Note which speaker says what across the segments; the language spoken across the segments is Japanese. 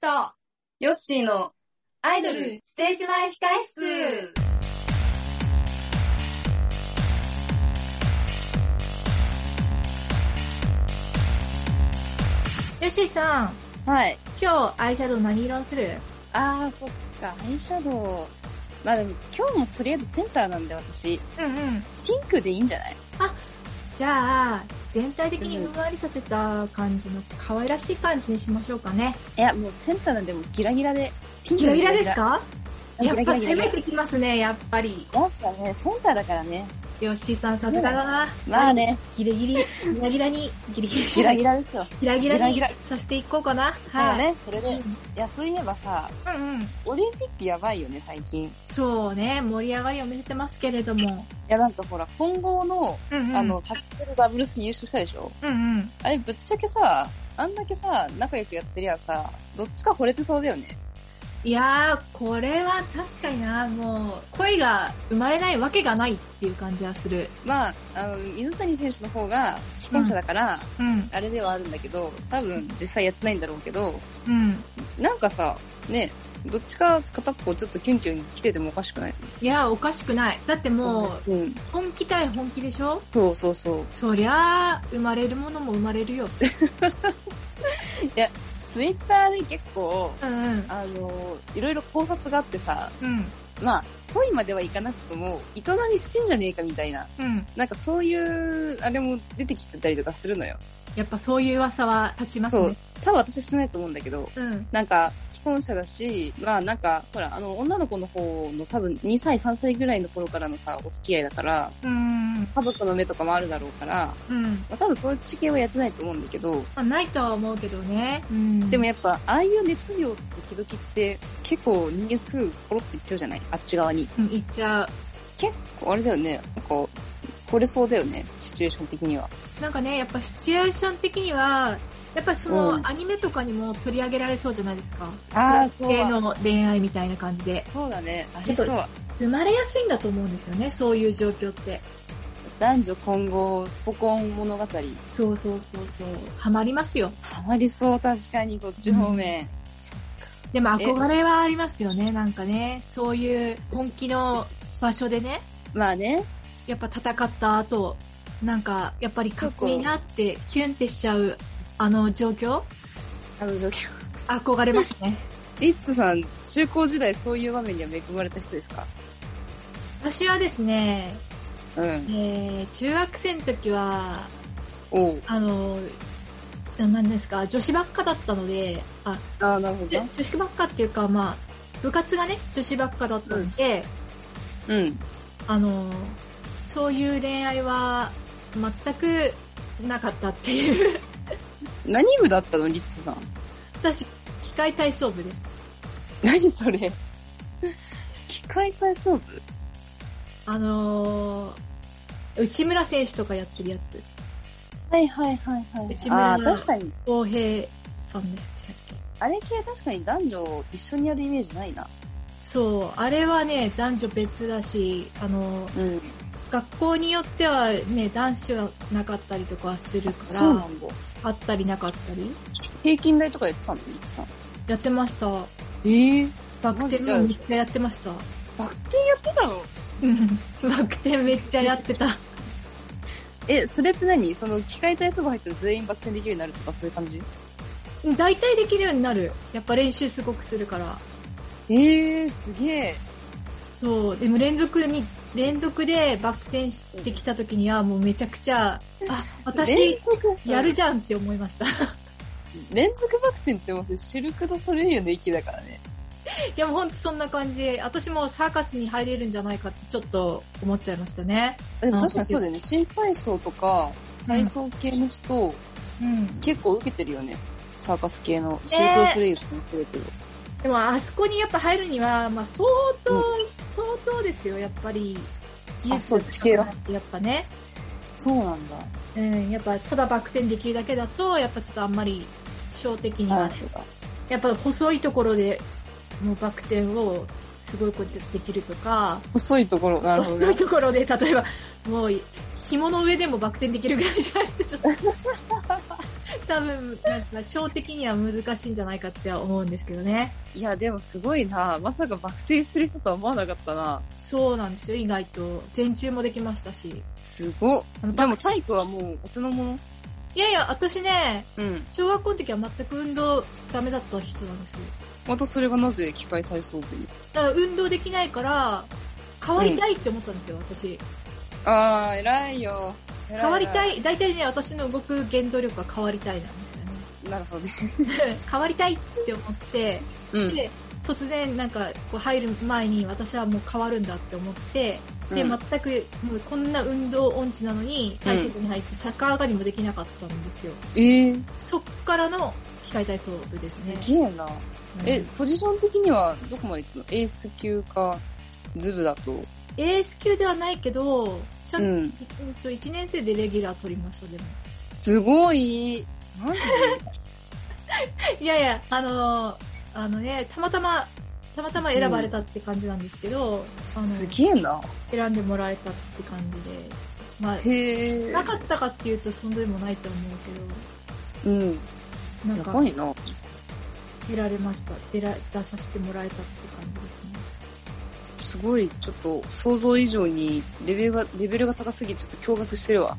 Speaker 1: と、
Speaker 2: ヨッシーの
Speaker 1: アイドルステージ前控室。よしさん、
Speaker 2: はい。
Speaker 1: 今日アイシャドウ何色にする
Speaker 2: あー、そっか、アイシャドウ。まあでも今日もとりあえずセンターなんで私、
Speaker 1: うんうん。
Speaker 2: ピンクでいいんじゃない
Speaker 1: じゃあ、全体的にふんわりさせた感じの可愛らしい感じにしましょうかね。
Speaker 2: いや、もうセンターなんでもうギラギラで。ピンク
Speaker 1: ギラギラです
Speaker 2: ギ
Speaker 1: か
Speaker 2: ギ
Speaker 1: や
Speaker 2: ラ
Speaker 1: っ
Speaker 2: ギ
Speaker 1: ぱ
Speaker 2: ラ
Speaker 1: 攻めてきますね、やっぱり。
Speaker 2: やっぱね、センターだからね。
Speaker 1: よしさんさすがだな。
Speaker 2: まあね、
Speaker 1: ギリギリ、ギラギラに、ギリギリ、
Speaker 2: ギラギラですよ。
Speaker 1: ギラギ
Speaker 2: ギ
Speaker 1: ラ
Speaker 2: ラ
Speaker 1: に
Speaker 2: ギラ
Speaker 1: させていこうかな。
Speaker 2: そう
Speaker 1: はい。
Speaker 2: ね、それで。いや、そういえばさ、
Speaker 1: うんうん。
Speaker 2: オリンピックやばいよね、最近。い
Speaker 1: そうね、盛り上がりを見せてますけれども。
Speaker 2: や、なんかほら、混合の、
Speaker 1: うんうん。
Speaker 2: あの、タックルダブルス優勝したでしょ
Speaker 1: うんうん。
Speaker 2: あれ、ぶっちゃけさ、あんだけさ、仲良くやってりゃさ、どっちか惚れてそうだよね。
Speaker 1: いやー、これは確かにな、もう、恋が生まれないわけがないっていう感じはする。
Speaker 2: まあ、あの、水谷選手の方が既婚者だから、
Speaker 1: うん、
Speaker 2: あれではあるんだけど、多分実際やってないんだろうけど、
Speaker 1: うん。
Speaker 2: なんかさ、ね、どっちか片っぽちょっとキュンキュン来ててもおかしくない
Speaker 1: いやー、おかしくない。だってもう、
Speaker 2: う、うん。
Speaker 1: 本気対本気でしょ
Speaker 2: そうそうそう。
Speaker 1: そりゃあ、生まれるものも生まれるよ。
Speaker 2: ツイッターで結構、
Speaker 1: うんうん。
Speaker 2: あの、いろいろ考察があってさ、
Speaker 1: うん、
Speaker 2: まあ、恋まではいかなくとも、営みしてんじゃねえかみたいな、
Speaker 1: うん。
Speaker 2: なんかそういう、あれも出てきてたりとかするのよ。
Speaker 1: やっぱそういう噂は立ちます
Speaker 2: そう
Speaker 1: ね。。
Speaker 2: 多分私はしてないと思うんだけど、
Speaker 1: うん。
Speaker 2: なんか、既婚者だし、まあなんか、ほら、あの、女の子の方の多分2歳、3歳ぐらいの頃からのさ、お付き合いだから、
Speaker 1: うん。
Speaker 2: 家族の目とかもあるだろうから、ま
Speaker 1: うん。
Speaker 2: あ多分そっち系はやってないと思うんだけど、
Speaker 1: まあ、ないとは思うけどね。うん。
Speaker 2: でもやっぱ、ああいう熱量って時々って、結構人間すぐポロっていっちゃうじゃないあっち側に。
Speaker 1: うん、言っちゃう。
Speaker 2: 結構あれだよね、なんか、惚れそうだよね、シチュエーション的には。
Speaker 1: なんかね、やっぱシチュエーション的には、やっぱその
Speaker 2: うん
Speaker 1: アニメとかにも取り上げられそうじゃないですか。
Speaker 2: あーそう
Speaker 1: 系の恋愛みたいな感じで。
Speaker 2: そうだね、あ
Speaker 1: りそう
Speaker 2: う。
Speaker 1: 生まれやすいんだと思うんですよね、そういう状況って。
Speaker 2: 男女混合、スポコン物語。
Speaker 1: そうそうそうそう。ハマりますよ。
Speaker 2: ハマりそう、確かに、そっち方面。
Speaker 1: でも憧れはありますよね、なんかね。そういう本気の場所でね、
Speaker 2: まあね、
Speaker 1: やっぱ戦った後、なんか、やっぱりかっこいいなって、キュンってしちゃう、あの状況
Speaker 2: あの状況。
Speaker 1: 憧れますね。
Speaker 2: リッツさん、中高時代そういう場面には恵まれた人ですか
Speaker 1: 私はですね、
Speaker 2: うん。
Speaker 1: えー、中学生の時は、
Speaker 2: おう。
Speaker 1: あの、何ですか、女子ばっかだったので、あ、
Speaker 2: ああ、なるほ
Speaker 1: 女。女子ばっかっていうか、まあ、部活がね、女子ばっかだったので、
Speaker 2: うん。
Speaker 1: あの、そういう恋愛は全くなかったっていう。
Speaker 2: 何部だったの、リッツさん。
Speaker 1: 私、機械体操部です。
Speaker 2: 何それ機械体操部
Speaker 1: あの内村選手とかやってるやつ。
Speaker 2: はいはいはいは
Speaker 1: 内村
Speaker 2: ああ、確かに。
Speaker 1: 総平さんでしたっけ
Speaker 2: あれ系確かに男女一緒にやるイメージないな。
Speaker 1: そう、あれはね、男女別だし、あの
Speaker 2: うん。
Speaker 1: 学校によってはね、男子はなかったりとかするから、
Speaker 2: そうなんだ。
Speaker 1: あったりなかったり。
Speaker 2: 平均台とかやってたの、リッツさん。
Speaker 1: やってました。
Speaker 2: ええー。
Speaker 1: バク転もめっちゃやってました。
Speaker 2: バク転やってたの
Speaker 1: うんバク転めっちゃやってた。
Speaker 2: え、それって何その機械体操部入ったら全員バク転できるようになるとかそういう感じ
Speaker 1: 大体できるようになる。やっぱ練習すごくするから。
Speaker 2: ええー、すげえ。
Speaker 1: そう。でも連続に、連続でバク転してきた時にはもうめちゃくちゃ、あ、 私、
Speaker 2: 続
Speaker 1: やるじゃんって思いました。 い
Speaker 2: 連続バク転ってもうシルク・ド・ソレイユの域だからね。
Speaker 1: やもうほんとそんな感じ。私もサーカスに入れるんじゃないかってちょっと思っちゃいましたね。
Speaker 2: でも確かにそうだよね。新体操とか、体操系の人、
Speaker 1: うん。
Speaker 2: 結構受けてるよね。サーカス系の。シルク・ド・ソレイユとかも受けてるけど。
Speaker 1: でもあそこにやっぱ入るには、まあ相当、相当ですよ、やっぱり。技
Speaker 2: あそう
Speaker 1: 術
Speaker 2: 地形が
Speaker 1: やっぱね。
Speaker 2: そうなんだ。
Speaker 1: うん、やっぱただバク転できるだけだと、やっぱちょっとあんまり、小的にはね、やっぱ細いところでもうバク転をすごいこうやってできるとか、
Speaker 2: 細いところ、なるほど
Speaker 1: 細い
Speaker 2: ね。
Speaker 1: ところで例え ばもう紐の上でもバク転できるぐらいじゃないとちょっと、多分、なんか、小的には難しいんじゃないかって思うんですけどね。
Speaker 2: いや、でもすごいな。まさかバク転してる人とは思わなかったな。
Speaker 1: そうなんですよ、意外と。前中もできましたし。
Speaker 2: すごっ
Speaker 1: あの
Speaker 2: じゃあもう体育はもう大人もの
Speaker 1: いやいや、私ね、
Speaker 2: うん。
Speaker 1: 小学校の時は全く運動ダメだった人なんですよ。
Speaker 2: またそれがなぜ機械体操部に。
Speaker 1: だから運動できないから、変わりたいって思ったんですよ、私。
Speaker 2: あー、偉いよ。偉い
Speaker 1: 変わりた
Speaker 2: い。
Speaker 1: い、大体ね、私の動く原動力は変わりたいなん
Speaker 2: なるほどね。
Speaker 1: ですよね。変わりたいって思って、
Speaker 2: うん。
Speaker 1: で、突然なんか、こう入る前に私はもう変わるんだって思って、で、
Speaker 2: うん
Speaker 1: 全く、もうこんな運動音痴なのに、体操部に入って逆上がりもできなかったんですよ。
Speaker 2: えー、
Speaker 1: そっからの機械体操部です
Speaker 2: す
Speaker 1: ね。
Speaker 2: げえな。
Speaker 1: うん
Speaker 2: え、ポジション的にはどこまで行くのエース級か、ズブだと。
Speaker 1: エース級ではないけど、ちゃ
Speaker 2: うんん。
Speaker 1: うんと1年生でレギュラー取りました、でも。
Speaker 2: すごい。マジ
Speaker 1: いやいや、あのーあのね、たまたま、たまたま選ばれたって感じなんですけど、あの、
Speaker 2: すげえな。
Speaker 1: 選んでもらえたって感じで、まあ、
Speaker 2: へえ。
Speaker 1: なかったかっていうとそんでもないと思う
Speaker 2: うん。
Speaker 1: けど、なん
Speaker 2: や
Speaker 1: か
Speaker 2: ば、いな。
Speaker 1: 出られました。出ら、出させてもらえたって感じですね。
Speaker 2: すごい、ちょっと想像以上にレベルが、レベルが高すぎてちょっと驚愕してるわ。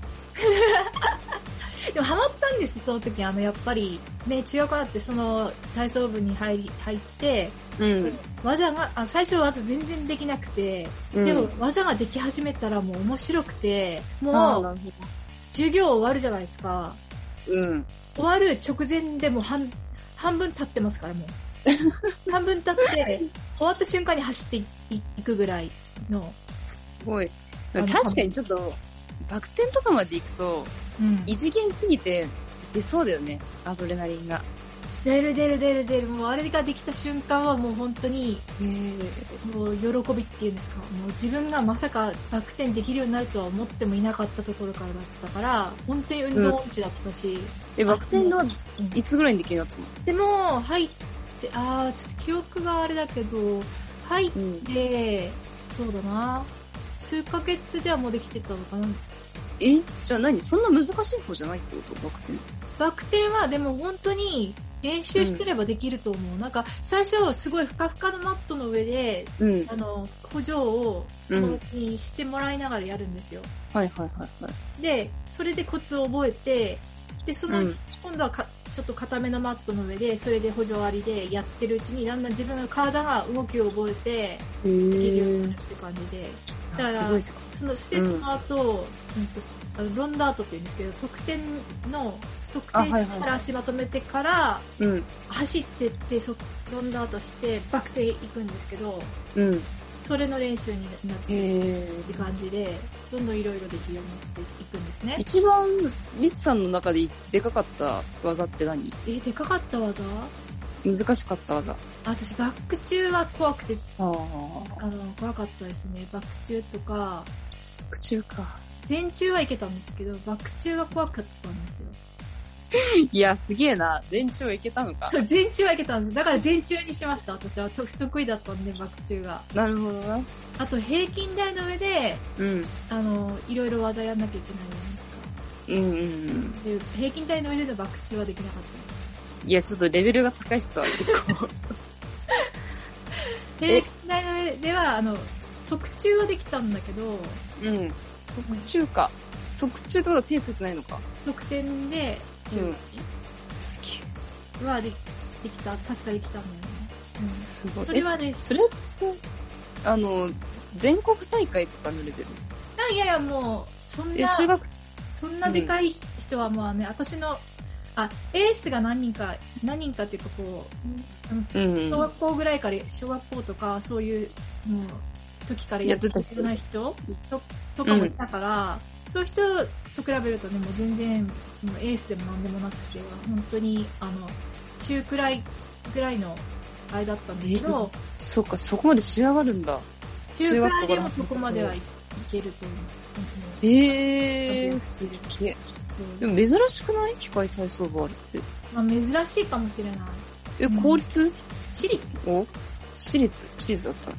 Speaker 1: でもハマったんです、その時。あの、やっぱり、ね、中学校だってその体操部に入り、入って、
Speaker 2: うん。
Speaker 1: 技が、あ最初技全然できなくて、でも技ができ始めたらもう面白くて、もう、授業終わるじゃないですか。
Speaker 2: うん。
Speaker 1: 終わる直前でもう半半分経ってますからもう。半分経って、終わった瞬間に走っていいいくぐらいの。
Speaker 2: すごい。
Speaker 1: あの
Speaker 2: 確かにちょっと、バク転とかまで行くと、
Speaker 1: うん
Speaker 2: 異次元すぎて出そうだよね。アドレナリンが。
Speaker 1: 出る出る出る出る、もうあれができた瞬間はもう本当に、
Speaker 2: へ
Speaker 1: もう喜びっていうんですか、もう自分がまさかバク転できるようになるとは思ってもいなかったところからだったから、本当に運動音痴だったし、
Speaker 2: え、バク転の
Speaker 1: うん
Speaker 2: いつぐらいにできるようになっ
Speaker 1: でも入って、あー、ちょっと記憶があれだけど、入って
Speaker 2: たのうん。
Speaker 1: で、そうだな。数ヶ月ではもうできてたのかな。
Speaker 2: えじゃあ何そんな難しい方じゃないってことバク転。
Speaker 1: バク転はでも本当に練習してればできると思う。なんか最初すごいふかふかのマットの上で、
Speaker 2: うん。
Speaker 1: あの、補助を
Speaker 2: うん
Speaker 1: 友達にしてもらいながらやるんですよ。
Speaker 2: はいはいはいはい。
Speaker 1: で、それでコツを覚えて、で、その、
Speaker 2: うん
Speaker 1: 今度はかちょっと固めのマットの上で、それで補助ありでやってるうちに、だんだん自分の体が動きを覚えて、できるようになるって感じで、だから
Speaker 2: あすごいす
Speaker 1: そのして、
Speaker 2: うん
Speaker 1: その後、うんと、あのロンダートって言うんですけど、側転の、
Speaker 2: あ
Speaker 1: 側
Speaker 2: はいはい
Speaker 1: 転から足まとめてから、
Speaker 2: ごいうん。
Speaker 1: 走ってって、そロンダートして、バク転行くんですけど、
Speaker 2: うん。
Speaker 1: それの練習になってる
Speaker 2: へ
Speaker 1: って
Speaker 2: ー
Speaker 1: 感じで、どんどんいろいろできるようになっていくんですね。
Speaker 2: 一番、リツさんの中ででかかった技って何
Speaker 1: え、でかかった技
Speaker 2: 難しかった技。あ
Speaker 1: あ私、バック中は怖くて、
Speaker 2: あ。
Speaker 1: あの、怖かったですね。バック中とか、
Speaker 2: 苦中か。
Speaker 1: 前中はいけたんですけど、バック中が怖かったんですよ。
Speaker 2: いや、すげえな。全長いけたのか。
Speaker 1: 全中はいけたんです。だから全中にしました、私は。と不得意だったんで、バク中が。
Speaker 2: なるほどな。
Speaker 1: あと、平均台の上で、
Speaker 2: うん。
Speaker 1: あの、いろいろ技やんなきゃいけないじゃな
Speaker 2: うんうんうん。
Speaker 1: いですか。で、平均台の上でのバク中はできなかっ
Speaker 2: いや、ちょっとレベルが高いっすわ、結構。
Speaker 1: た。
Speaker 2: え
Speaker 1: 平均台の上では、あの、側中はできたんだけど、
Speaker 2: うん。即中か。即中とか手ついてないのか。
Speaker 1: 側転で、
Speaker 2: うんすげ
Speaker 1: はでできた、確かできたんだよね。
Speaker 2: え。す
Speaker 1: う
Speaker 2: ご
Speaker 1: ん。
Speaker 2: い。
Speaker 1: それはね
Speaker 2: え、それって、あの、全国大会とかのレベル。
Speaker 1: あいやいやもう、そん
Speaker 2: え、
Speaker 1: な、
Speaker 2: 中学、
Speaker 1: そんなでかい人はまあね、私の、あ、エースが何人か、何人かっていうかこう、うん
Speaker 2: うん
Speaker 1: 小
Speaker 2: うん。
Speaker 1: 学校ぐらいから、小学校とか、そういう、もう、時からやってるような人ととかもいたから、そういう人と比べるとね、もう全然、もうエースでも何でもなくて、本当に、あの、中くらい、ぐらいの、あれだったんだけど、
Speaker 2: そっか、そこまで仕上がるんだ。
Speaker 1: 中く
Speaker 2: 中学
Speaker 1: らい
Speaker 2: 校か
Speaker 1: で
Speaker 2: ら
Speaker 1: もそこまではいいけると思う。本当に
Speaker 2: ええー、すげえ。
Speaker 1: そう
Speaker 2: でも珍しくない機械体操部あるって。
Speaker 1: まあ、珍しいかもしれない。
Speaker 2: え、
Speaker 1: うん
Speaker 2: 公立
Speaker 1: 私立
Speaker 2: お私立私立だった。
Speaker 1: 私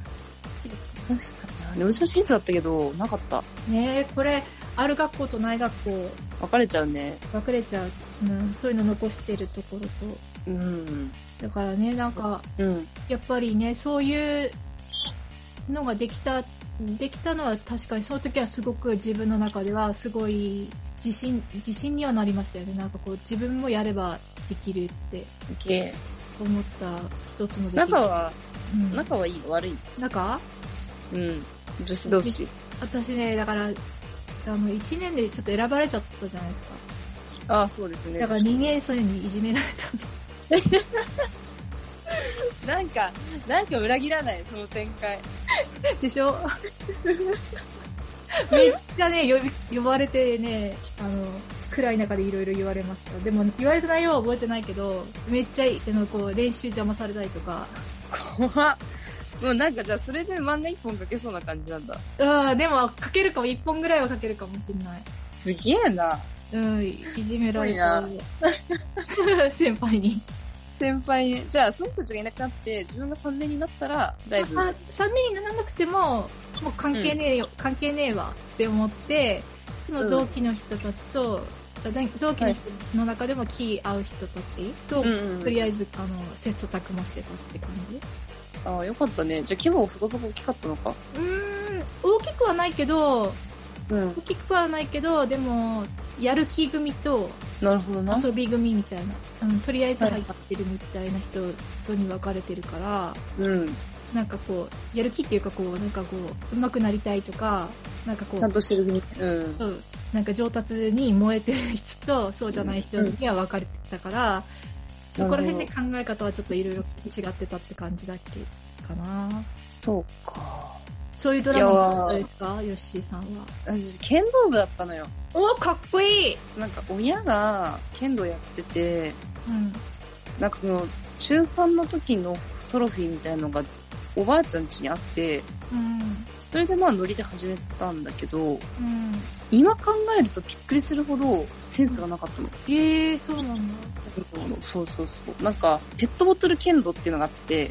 Speaker 1: 立
Speaker 2: 確かにな。でもうちも私立だったけど、なかった。
Speaker 1: ねえ、これ、ある学校とない学校
Speaker 2: 別れちゃうね。
Speaker 1: 分かれちゃう、うん、そういうの残してるところと
Speaker 2: うん。
Speaker 1: だからねなんか
Speaker 2: うん。
Speaker 1: やっぱりねそういうのができたできたのは確かにその時はすごく自分の中ではすごい自信自信にはなりましたよねなんかこう自分もやればできるって
Speaker 2: ゲ
Speaker 1: 思った一つの出来
Speaker 2: 仲は、
Speaker 1: うん、
Speaker 2: 仲はいいの悪いの
Speaker 1: 中
Speaker 2: うん。女子同士。
Speaker 1: 私ねだからあの1年でちょっと選ばれちゃったじゃないですか
Speaker 2: ああ、そうですね。
Speaker 1: だから人間それにいじめられたんだ
Speaker 2: なんか、なんか裏切らない、その展開。
Speaker 1: でし ょめっちゃね、呼び、呼ばれてね、あの、暗い中でいろいろ言われました。でも、言われた内容は覚えてないけど、めっちゃ、あの、こう、練習邪魔されたりとか。
Speaker 2: 怖っ。もうなんかじゃあそれで漫画一本描けそうな感じなんだ。
Speaker 1: うん、でも、かけるかも、一本ぐらいはかけるかもしんない。
Speaker 2: すげえな。
Speaker 1: うん、いじめられ
Speaker 2: す
Speaker 1: た。先輩に。
Speaker 2: 先輩に。じゃあその人たちがいなくなって、自分が3年になったら、だいぶ。
Speaker 1: あ、3年にならなくても、もう関係ねえよ、関係ねえわって思って、その同期の人たちと、あだ同期の人の中でも気合う人たちと、
Speaker 2: うん、
Speaker 1: と
Speaker 2: うん。
Speaker 1: りあえず、あの、切磋琢磨してたって感じ
Speaker 2: ああ、よかったね。じゃあ規模もそこそこ大きかったのか。
Speaker 1: うーん、大きくはないけど、
Speaker 2: うん
Speaker 1: 大。きくはないけど、でも、やる気組と
Speaker 2: なるほどな。
Speaker 1: 遊び組みたいな、うん、とりあえず入ってるみたいな人とに分かれてるから、
Speaker 2: うん。
Speaker 1: なんかこう、やる気っていうかこう、なんかこう、上手くなりたいとか、なんかこ
Speaker 2: ちゃん
Speaker 1: う、
Speaker 2: としてる組。うん。
Speaker 1: うんなんか上達に燃えてる人と、そうじゃない人には分かれてたから、そこら辺で考え方はちょっといろいろ違ってたって感じだっけかな。
Speaker 2: そうか。
Speaker 1: そういうドラマだったですかヨッシーさんは。
Speaker 2: 私、剣道部だったのよ。
Speaker 1: おかっこいい
Speaker 2: なんか親が剣道やってて、
Speaker 1: うん。
Speaker 2: なんかその、中3の時のトロフィーみたいのが、おばあちゃん家にあって、
Speaker 1: うん。
Speaker 2: それでまあノリで始めたんだけど、
Speaker 1: うん。
Speaker 2: 今考えるとびっくりするほどセンスがなかったの。
Speaker 1: ええー、そうなんだ。
Speaker 2: そうそうそう。なんか、ペットボトル剣道っていうのがあって、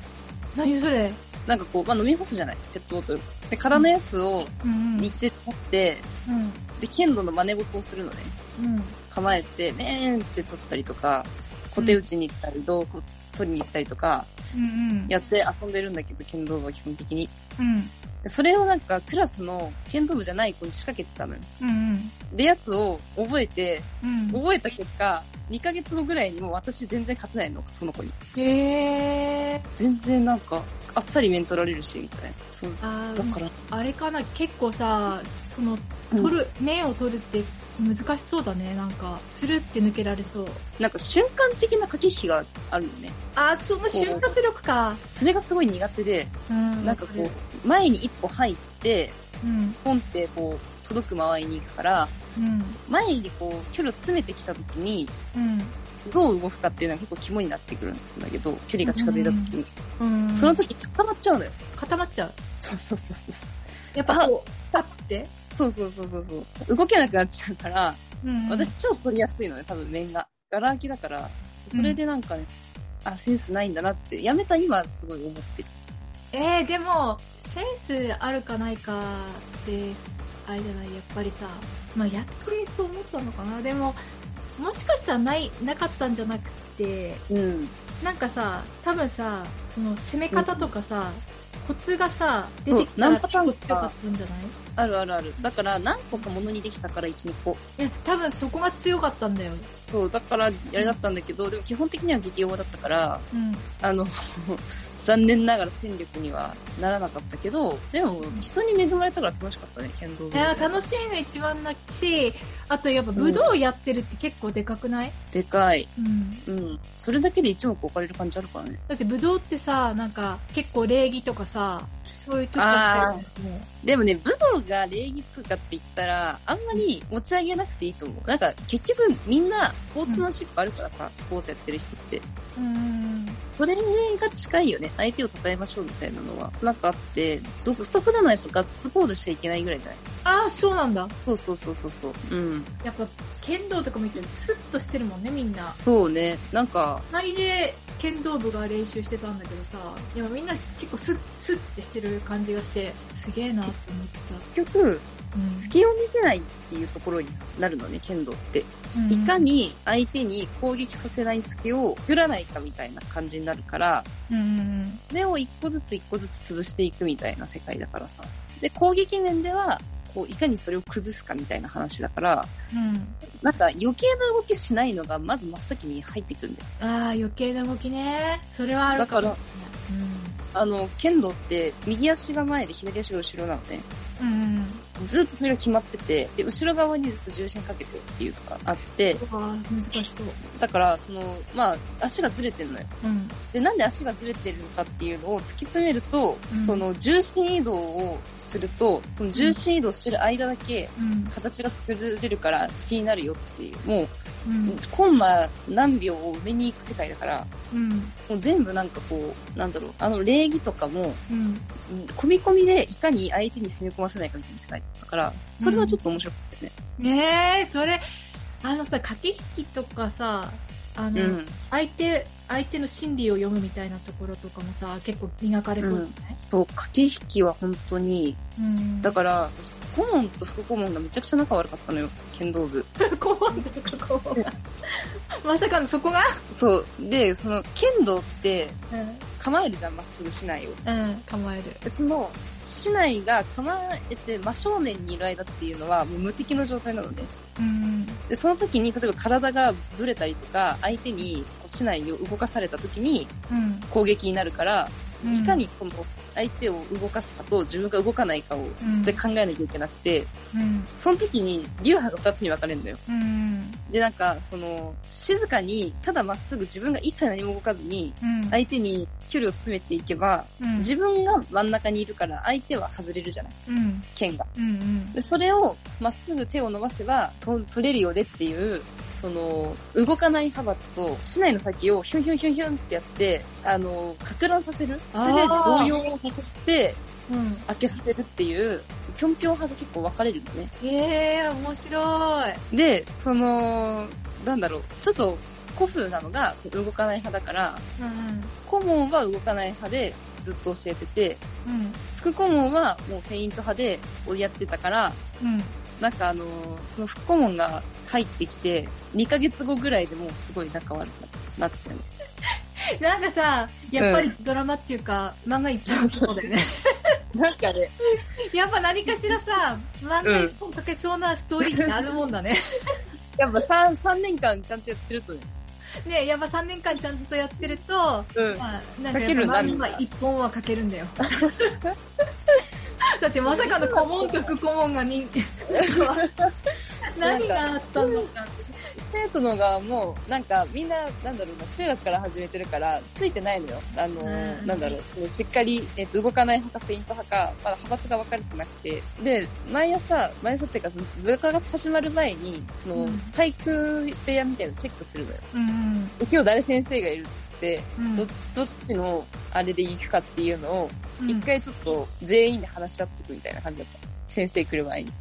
Speaker 1: 何それ
Speaker 2: なんかこう、まあ飲み干すじゃないペットボトル。で、空のやつを
Speaker 1: うんうん。
Speaker 2: 右手で持って、
Speaker 1: うん。
Speaker 2: で、剣道の真似事をするのね。
Speaker 1: うん。
Speaker 2: 構えて、メーンって取ったりとか、小手打ちに行ったり、道具取りに行ったりとか、
Speaker 1: うんうん。
Speaker 2: やって遊んでるんだけど、剣道部は基本的に。
Speaker 1: うん。
Speaker 2: でそれをなんか、クラスの剣道部じゃない子に仕掛けてたのよ。
Speaker 1: うん
Speaker 2: で、やつを覚えて、
Speaker 1: うん。うん。
Speaker 2: 覚えた結果、2ヶ月後ぐらいにもう私全然勝てないの、その子に。
Speaker 1: ええー。
Speaker 2: 全然なんか、あっさり面取られるし、みたいな。そう。
Speaker 1: あ
Speaker 2: だ
Speaker 1: ー
Speaker 2: から、
Speaker 1: あれかな結構さ、その、
Speaker 2: うん
Speaker 1: 取る、面を取るって難しそうだね。なんか、スルって抜けられそう。
Speaker 2: なんか瞬間的な駆け引きがあるのね。
Speaker 1: あー、その瞬発力か。
Speaker 2: それがすごい苦手で、
Speaker 1: うん。
Speaker 2: なんかこう、前に一歩入って、
Speaker 1: う。うん。
Speaker 2: ポンってこう、届く間合いに行くから、
Speaker 1: うん。
Speaker 2: 前にこう、距離を詰めてきた時に、
Speaker 1: うん。
Speaker 2: どう動くかっていうのは結構肝になってくるんだけど、距離が近づいた時に、
Speaker 1: うん。
Speaker 2: その時固まっちゃうのよ。
Speaker 1: 固まっちゃう。
Speaker 2: そうそうそうそう。
Speaker 1: やっぱこう、スタって。
Speaker 2: そうそうそうそうそう。動けなくなっちゃうから、
Speaker 1: うん
Speaker 2: 私超取りやすいのね、多分面が。ガラ空きだから、それでなんかね、あ、センスないんだなって、やめた今すごい思ってる。
Speaker 1: えー、でも、センスあるかないかって、あれじゃない、やっぱりさ、まあ、やってると思ったのかな。でも、もしかしたらない、なかったんじゃなくて、
Speaker 2: うん。
Speaker 1: なんかさ、多分さ、その攻め方とかさ、コツがさ、出てきた
Speaker 2: 何
Speaker 1: ら
Speaker 2: パターン
Speaker 1: 結構
Speaker 2: か
Speaker 1: 強かったんじゃない
Speaker 2: あるあるある。だから何個かものにできたから1、2個。
Speaker 1: いや、多分そこが強かったんだよ。
Speaker 2: そう、だからあれだったんだけど、でも基本的には激弱だったから、
Speaker 1: うん。
Speaker 2: あの、 残念ながら戦力にはならなかったけど、でも人に恵まれたから楽しかったね、剣道部。
Speaker 1: いや、楽しいの一番だし、あとやっぱ武道やってるって結構でかくない
Speaker 2: でかい。
Speaker 1: うん。
Speaker 2: うん。それだけで一目置かれる感じあるからね。
Speaker 1: だって武道ってさ、なんか結構礼儀とかさ、そういう時
Speaker 2: あ
Speaker 1: もう
Speaker 2: でもね、武道が礼儀通貨って言ったら、あんまり持ち上げなくていいと思う。なんか、結局みんなスポーツマンシップあるからさ、スポーツやってる人って。
Speaker 1: うーん。
Speaker 2: それが近いよね。相手を称えましょうみたいなのは。なんかあって、独特じゃないとガッツポーズしちゃいけないぐらいじゃない
Speaker 1: ああ、そうなんだ。
Speaker 2: そうそうそうそうそう。うん。
Speaker 1: やっぱ、剣道とかも言ってスッとしてるもんね、みんな。
Speaker 2: そうね。なんか、
Speaker 1: 隣で、剣道部が練習してたんだけどさ、でもみんな結構スッ、スッってしてる感じがして、すげえなって思って
Speaker 2: 結局、
Speaker 1: た。うん
Speaker 2: 隙を見せないっていうところになるのね、剣道って。いか、に相手に攻撃させない隙を作らないかみたいな感じになるから、
Speaker 1: うんうん
Speaker 2: それを一個ずつ一個ずつ潰していくみたいな世界だからさ。で、攻撃面では、こう、いかにそれを崩すかみたいな話だから、
Speaker 1: うん、
Speaker 2: なんか余計な動きしないのがまず真っ先に入ってくるんだよ。
Speaker 1: うん。ああ、余計な動きね。それはあるかもしれない。
Speaker 2: あの、剣道って右足が前で左足が後ろなのね。
Speaker 1: うん。うんうん。
Speaker 2: ずっとそれが決まってて、で、後ろ側にずっと重心かけてっていうとかあって、
Speaker 1: うわー難しそう。
Speaker 2: だから、その、まあ、足がずれてんのよ。
Speaker 1: うん。
Speaker 2: で、なんで足がずれてるのかっていうのを突き詰めると、
Speaker 1: うん
Speaker 2: その重心移動をすると、その重心移動してる間だけ、
Speaker 1: うん。
Speaker 2: 形が崩れるから好きになるよっていう。もう、
Speaker 1: うん。
Speaker 2: コンマ何秒を上に行く世界だから、
Speaker 1: うん。
Speaker 2: もう全部なんかこう、なんだろう、あの礼儀とかも、
Speaker 1: うん。
Speaker 2: うん込み込みでいかに相手に攻め込ませないかみたいな世界だったから、それはちょっと面白かったよね。
Speaker 1: ねえ、それ、あのさ、駆け引きとかさ、あの、
Speaker 2: うん
Speaker 1: 相手、相手の心理を読むみたいなところとかもさ、結構磨かれそうですね。
Speaker 2: そう、駆け引きは本当に、
Speaker 1: うん
Speaker 2: だから、私顧問と副顧問がめちゃくちゃ仲悪かったのよ、剣道部。
Speaker 1: ら、こう、とかこう。まさかのそこが
Speaker 2: そう。で、その、剣道って
Speaker 1: う
Speaker 2: 構えるじゃん、まっすぐ市内を。
Speaker 1: ん。うん、構える。
Speaker 2: でその、市内が構えて真正面にいる間っていうのは、もう無敵の状態なので。
Speaker 1: うん。
Speaker 2: で、その時に、例えば体がぶれたりとか、相手にこう市内を動かされた時に
Speaker 1: うん。
Speaker 2: 攻撃になるから、
Speaker 1: うん
Speaker 2: いかにこの相手を動かすかと自分が動かないかを
Speaker 1: うん
Speaker 2: 絶対考えなきゃいけなくて、
Speaker 1: うん。
Speaker 2: その時に流派が2つに分かれるのよ。
Speaker 1: うん。
Speaker 2: で、なんか、その、静かに、ただまっすぐ自分が一切何も動かずに、
Speaker 1: うん。
Speaker 2: 相手に距離を詰めていけば、
Speaker 1: うん。
Speaker 2: 自分が真ん中にいるから相手は外れるじゃない
Speaker 1: うん。
Speaker 2: 剣が。
Speaker 1: うん。うん
Speaker 2: で、それをまっすぐ手を伸ばせばと取れるよねっていう、その、動かない派閥と、市内の先をヒュンヒュンヒュンヒュンってやって、あの、か乱させる。それで
Speaker 1: あー
Speaker 2: 動揺を起こして、
Speaker 1: うん。
Speaker 2: 開けさせるっていう、ぴょんぴょん派が結構分かれるのね。
Speaker 1: ええ、面白い。
Speaker 2: で、その、なんだろう、ちょっと古風なのがその動かない派だから、
Speaker 1: うん。
Speaker 2: 顧問は動かない派でずっと教えてて、
Speaker 1: うん。
Speaker 2: 副顧問はもうフェイント派でやってたから、
Speaker 1: うん。
Speaker 2: なんかあのーその副顧問が入ってきて、2ヶ月後ぐらいでもうすごい仲悪くなってたよね。
Speaker 1: なんかさ、やっぱりドラマっていうか、漫画一番大きそうだよね。
Speaker 2: なんかね、
Speaker 1: やっぱ何かしらさ、漫画一本かけそうなストーリーってあるもんだね。
Speaker 2: やっぱ 3, 三年間ちゃんとやってるとね、
Speaker 1: ねやっぱ3年間ちゃんとやってると、ま
Speaker 2: うん
Speaker 1: あ、なんか
Speaker 2: か
Speaker 1: や
Speaker 2: ける
Speaker 1: っぱ
Speaker 2: なみ
Speaker 1: 漫
Speaker 2: んな
Speaker 1: 画一本はかけるんだ よ。だってまさかの顧問と副顧問が人 気。何があったのかって。
Speaker 2: 生徒の側も、なんかみんな、なんだろうな、中学から始めてるから、ついてないのよ。あのー、
Speaker 1: うん
Speaker 2: なんだろう、そのしっかり、えっと、動かない派かフェイント派か、まだ派閥が分かれてなくて。で、毎朝、毎朝っていうか、その、部活始まる前に、その
Speaker 1: うん、
Speaker 2: 体育部屋みたいなのチェックするのよ。
Speaker 1: うん
Speaker 2: で今日誰先生がいるっつって、
Speaker 1: うん。
Speaker 2: どっち、どっちの、あれで行くかっていうのを、
Speaker 1: うん
Speaker 2: 一回ちょっと、全員で話し合っていくみたいな感じだった。先生来る前 に。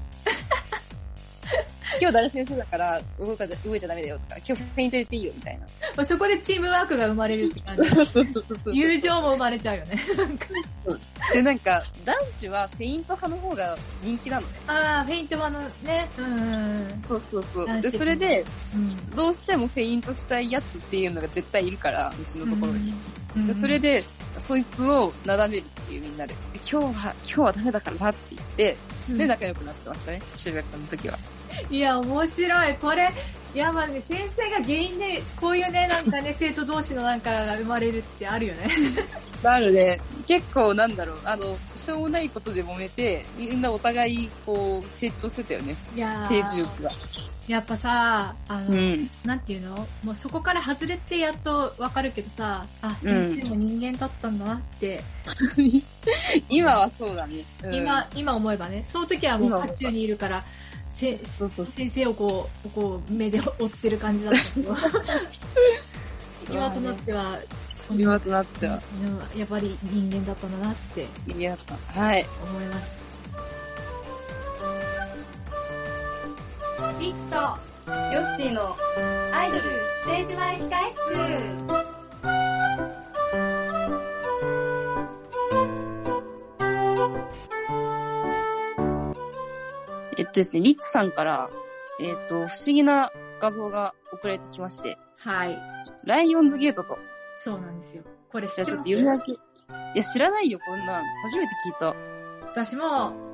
Speaker 2: 今日誰先生だから、動かじゃ、動いちゃダメだよとか、今日フェイント入れていいよみたいな。
Speaker 1: まあそこでチームワークが生まれるって感じ。
Speaker 2: そうそうそうそう。
Speaker 1: 友情も生まれちゃうよね。
Speaker 2: で、なんか、男子はフェイント派の方が人気なのね。
Speaker 1: ああ、フェイント版のね。うんうん
Speaker 2: そうそうそう。で、
Speaker 1: 男子的に
Speaker 2: それで、
Speaker 1: うん。
Speaker 2: どうしてもフェイントしたいやつっていうのが絶対いるから、うちのところに。
Speaker 1: うん。
Speaker 2: でそれで、そいつをなだめるっていうみんなで、今日は、今日はダメだからなって言って、
Speaker 1: うん、
Speaker 2: で、仲良くなってましたね、中学の時は。
Speaker 1: いや、面白い。これ、いや、まあね、先生が原因で、こういうね、なんかね、 生徒同士のなんかが生まれるってあるよね。
Speaker 2: なるね、結構なんだろう、あの、しょうもないことで揉めて、みんなお互い、こう、成長してたよね、
Speaker 1: いや
Speaker 2: 成
Speaker 1: ー
Speaker 2: 熟が。
Speaker 1: やっぱさ、あの、
Speaker 2: うん。
Speaker 1: なんていうのもうそこから外れてやっとわかるけどさ、あ、
Speaker 2: うん
Speaker 1: 先生も人間だったんだなって、
Speaker 2: 今はそうだね。うん、
Speaker 1: 今、今思えばね、その時はもう
Speaker 2: 今
Speaker 1: 渦
Speaker 2: 思えば
Speaker 1: 中にいるから、せ
Speaker 2: そうそう。
Speaker 1: 先生をこう、こう、目で追ってる感じだった けど、今となっては、そんな
Speaker 2: 今となっては、
Speaker 1: やっぱり人間だったんだなって
Speaker 2: いやった。はい。
Speaker 1: 思います。リッツと
Speaker 2: ヨッシーの
Speaker 1: アイドルステージ前控室
Speaker 2: とですね、リッツさんから、えっ、と、不思議な画像が送られてきまして、
Speaker 1: はい。
Speaker 2: ライオンズゲートと。
Speaker 1: そうなんですよ。これ知
Speaker 2: じゃ
Speaker 1: っ
Speaker 2: あち
Speaker 1: て
Speaker 2: ょっ
Speaker 1: ま
Speaker 2: と
Speaker 1: す
Speaker 2: 読み上げ。いや、知らないよ、こんなん。初めて聞いた。
Speaker 1: 私も、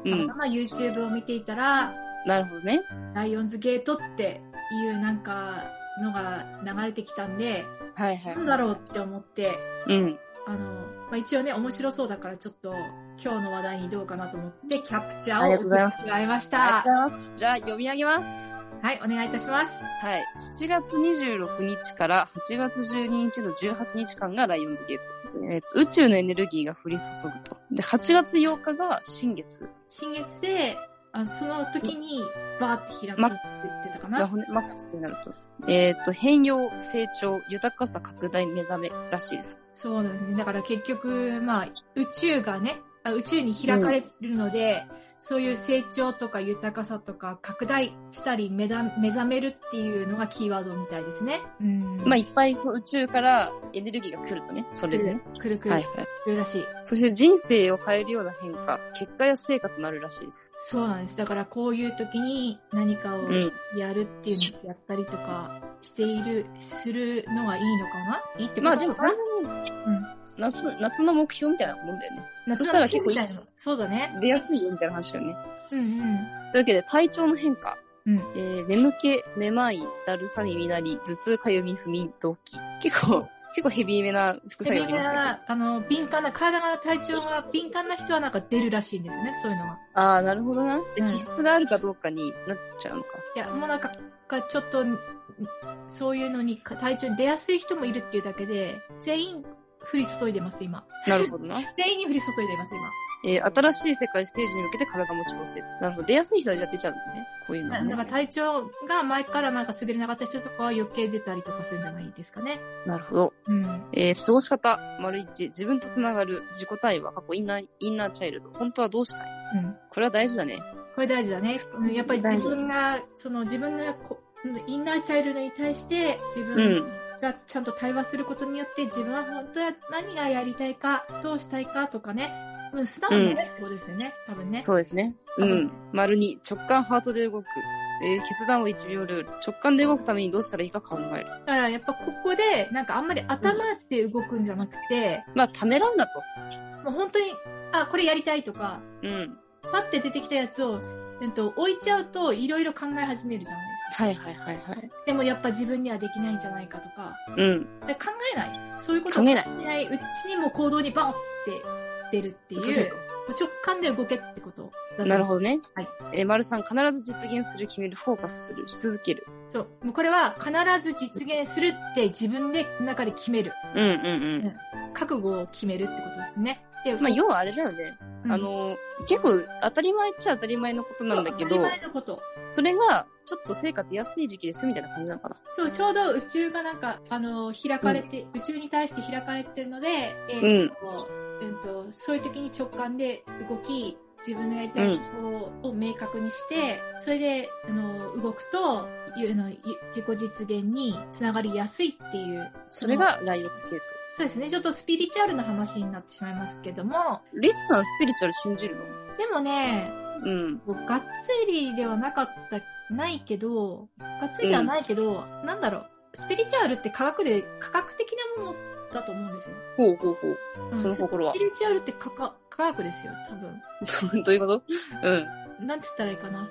Speaker 2: う
Speaker 1: たま
Speaker 2: ん
Speaker 1: た。ま YouTube を見ていたら、
Speaker 2: なるほどね。
Speaker 1: ライオンズゲートっていうなんかのが流れてきたんで、
Speaker 2: はいは
Speaker 1: なんだろうって思って、
Speaker 2: い。うん。
Speaker 1: あの、まあ、一応ね、面白そうだからちょっと今日の話題にどうかなと思って、キャプチャ
Speaker 2: あり
Speaker 1: ー
Speaker 2: がとうござい
Speaker 1: を
Speaker 2: ま
Speaker 1: 送ってもらいまし
Speaker 2: あ
Speaker 1: た
Speaker 2: り。がとうございます。じゃあ、読み上げます。
Speaker 1: はい、お願いいたします。
Speaker 2: はい。7月26日から8月12日の18日間がライオンズゲート。えっ、と、宇宙のエネルギーが降り注ぐと。で、8月8日が新月。
Speaker 1: 新月で、あその時にバーって開くって言ってたか
Speaker 2: な
Speaker 1: な。
Speaker 2: るほどね。マックスになると。えっ、と、変容、成長、豊かさ、拡大、目覚めらしいです。
Speaker 1: そうなんですね。だから結局、まあ、宇宙がね、あ宇宙に開かれてるので、そういう成長とか豊かさとか拡大したり目だ目覚めるっていうのがキーワードみたいですね。うん。
Speaker 2: まあ、いっぱいそう宇宙からエネルギーが来るとね。それでね。
Speaker 1: くるく
Speaker 2: はい
Speaker 1: る
Speaker 2: はい。
Speaker 1: くるらしい。
Speaker 2: そして人生を変えるような変化、結果や成果となるらしいです。
Speaker 1: そうなんです。だからこういう時に何かを
Speaker 2: うん
Speaker 1: やるっていうのをやったりとかしている、するのがいいのかないいってこと
Speaker 2: まあでも、
Speaker 1: かなうん
Speaker 2: 夏、夏の目標みたいなもんだよね。
Speaker 1: 夏
Speaker 2: そし
Speaker 1: な
Speaker 2: た
Speaker 1: ら
Speaker 2: ら
Speaker 1: 結
Speaker 2: 結
Speaker 1: 構
Speaker 2: 構
Speaker 1: い
Speaker 2: い
Speaker 1: い
Speaker 2: い。
Speaker 1: そうだね。
Speaker 2: 出やすいよみたいな話だよね。
Speaker 1: うんうん。
Speaker 2: というわけで、体調の変化。
Speaker 1: うん。
Speaker 2: えー、眠気、めまい、だるさみ、みなり、頭痛、かゆみ、不眠、動悸。結構、 結構ヘビーめな副作用ありますね。
Speaker 1: あの、敏感な、体が、体調が敏感な人はなんか出るらしいんですよね、そういうのが。
Speaker 2: ああ、なるほどな。じゃあ、
Speaker 1: うん
Speaker 2: 気質があるかどうかになっちゃうのか。
Speaker 1: いや、もうなんか、かちょっと、そういうのにか体調に出やすい人もいるっていうだけで、全員降り注いでます、今。
Speaker 2: なるほどな。
Speaker 1: 全員に降り注いでます、今。
Speaker 2: えー、新しい世界ステージに向けて体も調整。なるほど。出やすい人はじゃあ出ちゃうんだね。こういう
Speaker 1: だ
Speaker 2: の
Speaker 1: から
Speaker 2: ね。
Speaker 1: 体調が前からなんか優れなかった人とかは余計出たりとかするんじゃないですかね。
Speaker 2: なるほど。
Speaker 1: うん。
Speaker 2: えー過ごし方、丸一、自分とつながる、自己対話、過去インナー、インナーチャイルド。本当はどうしたい
Speaker 1: うん。
Speaker 2: これは大事だね。
Speaker 1: これ大事だね。うんやっぱり
Speaker 2: 大
Speaker 1: 自
Speaker 2: 事
Speaker 1: 分が、その自分がこ、インナーチャイルドに対して自
Speaker 2: う
Speaker 1: 分
Speaker 2: ん。
Speaker 1: がちゃんと対話することによって自分は本当は何がやりたいか、どうしたいかとかね。うん、素直になるってことですよね。多分ね。
Speaker 2: そうですね。うん。丸二、直感、ハートで動く。えー決断を1秒ルール。直感で動くためにどうしたらいいか考える。
Speaker 1: だからやっぱここで、なんかあんまり頭で動くんじゃなくて、
Speaker 2: まあ、ためらんだと。
Speaker 1: もう本当に、あ、これやりたいとか、
Speaker 2: うん。
Speaker 1: パッて出てきたやつを、えっと、置いちゃうといろいろ考え始めるじゃないですか。
Speaker 2: はいはいはいはい。
Speaker 1: でもやっぱ自分にはできないんじゃないかとか。
Speaker 2: うん。
Speaker 1: で考えない。そういうこと
Speaker 2: 考えない
Speaker 1: 考えないうちにも行動にバンって出るっていう、直感で動けってことだ
Speaker 2: なる
Speaker 1: ほ
Speaker 2: ほどね。
Speaker 1: はい
Speaker 2: えー丸三、必ず実現する、決める、フォーカスする、し続ける。
Speaker 1: ど。そう。もうこれは必ず実現するって自分で中で決める。
Speaker 2: うんうん
Speaker 1: 覚悟を決めるってことですね。で、
Speaker 2: うん。まあ、要はあれだよね。
Speaker 1: うん
Speaker 2: あ、の、結構当たり前っちゃ当たり前のことなんだけ
Speaker 1: そう
Speaker 2: ど
Speaker 1: 当た、り前のこと。
Speaker 2: それがちょっと成果出やすい時期ですよみたいな感じなのかな。
Speaker 1: そう、ちょうど宇宙がなんか、あの、開かれて、宇宙に対して開かれてるので、えーとえーと、そういう時に直感で動き、自分のやりたいことを明確にして、それで、あの、動くと、ゆあのゆ自己実現につながりやすいっていう。
Speaker 2: それがライオンズゲート。
Speaker 1: そうですね。ちょっとスピリチュアルな話になってしまいますけども、
Speaker 2: リツさんスピリチュアル信じるの
Speaker 1: でもね、
Speaker 2: うん。
Speaker 1: もうがっつりではなかった、ないけど、がっつりではないけど、なんだろう、スピリチュアルって科学で、科学的なものだと思うんですよ。
Speaker 2: ほうほうほう。
Speaker 1: うん
Speaker 2: その心は
Speaker 1: スピリチュアルって科学科学ですよ、多
Speaker 2: どういうことうん。
Speaker 1: 分。なんて言ったらいいかな。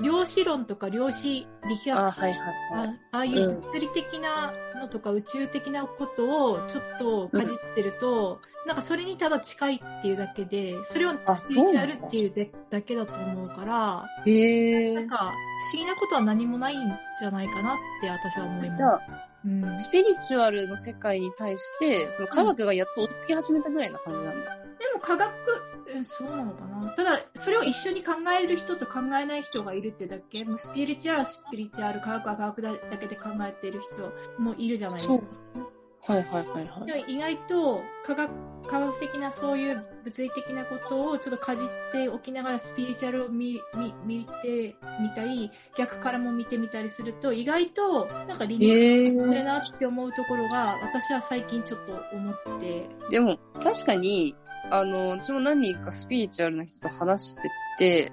Speaker 1: 量子論とか量子力学
Speaker 2: あ、
Speaker 1: とか
Speaker 2: はいはいはい。
Speaker 1: あああいう物理的なのとか宇宙的なことをちょっとかじってると、なんかそれにただ近いっていうだけで、それを
Speaker 2: あ
Speaker 1: スピリチュ
Speaker 2: そう
Speaker 1: ア
Speaker 2: な
Speaker 1: ル
Speaker 2: んだ
Speaker 1: っていうだだけだと思うから、
Speaker 2: へ
Speaker 1: なん
Speaker 2: え。
Speaker 1: か、不思議なことは何もないんじゃないかなって私は思い
Speaker 2: じゃ
Speaker 1: ます。
Speaker 2: あ、
Speaker 1: うん。
Speaker 2: スピリチュアルの世界に対して、その科学がやっと追いつき始めたぐらいな感じなんだ。
Speaker 1: でも科学、うんそうなのかな。ただ、それを一緒に考える人と考えない人がいるってだけ、もうスピリチュアルはスピリチュアル、科学は科学だだけで考えてる人もいるじゃないですか。
Speaker 2: はいはいはいは
Speaker 1: でも意外と科学、科学的なそういう物理的なことをちょっとかじっておきながらスピリチュアルを見、見、見てみたり、逆からも見てみたりすると、意外となんか理
Speaker 2: い。
Speaker 1: に
Speaker 2: へ
Speaker 1: それ
Speaker 2: え。
Speaker 1: なって思うところが、私は最近ちょっと思って、
Speaker 2: でも、確かに、あの、私も何人かスピリチュアルな人と話してて、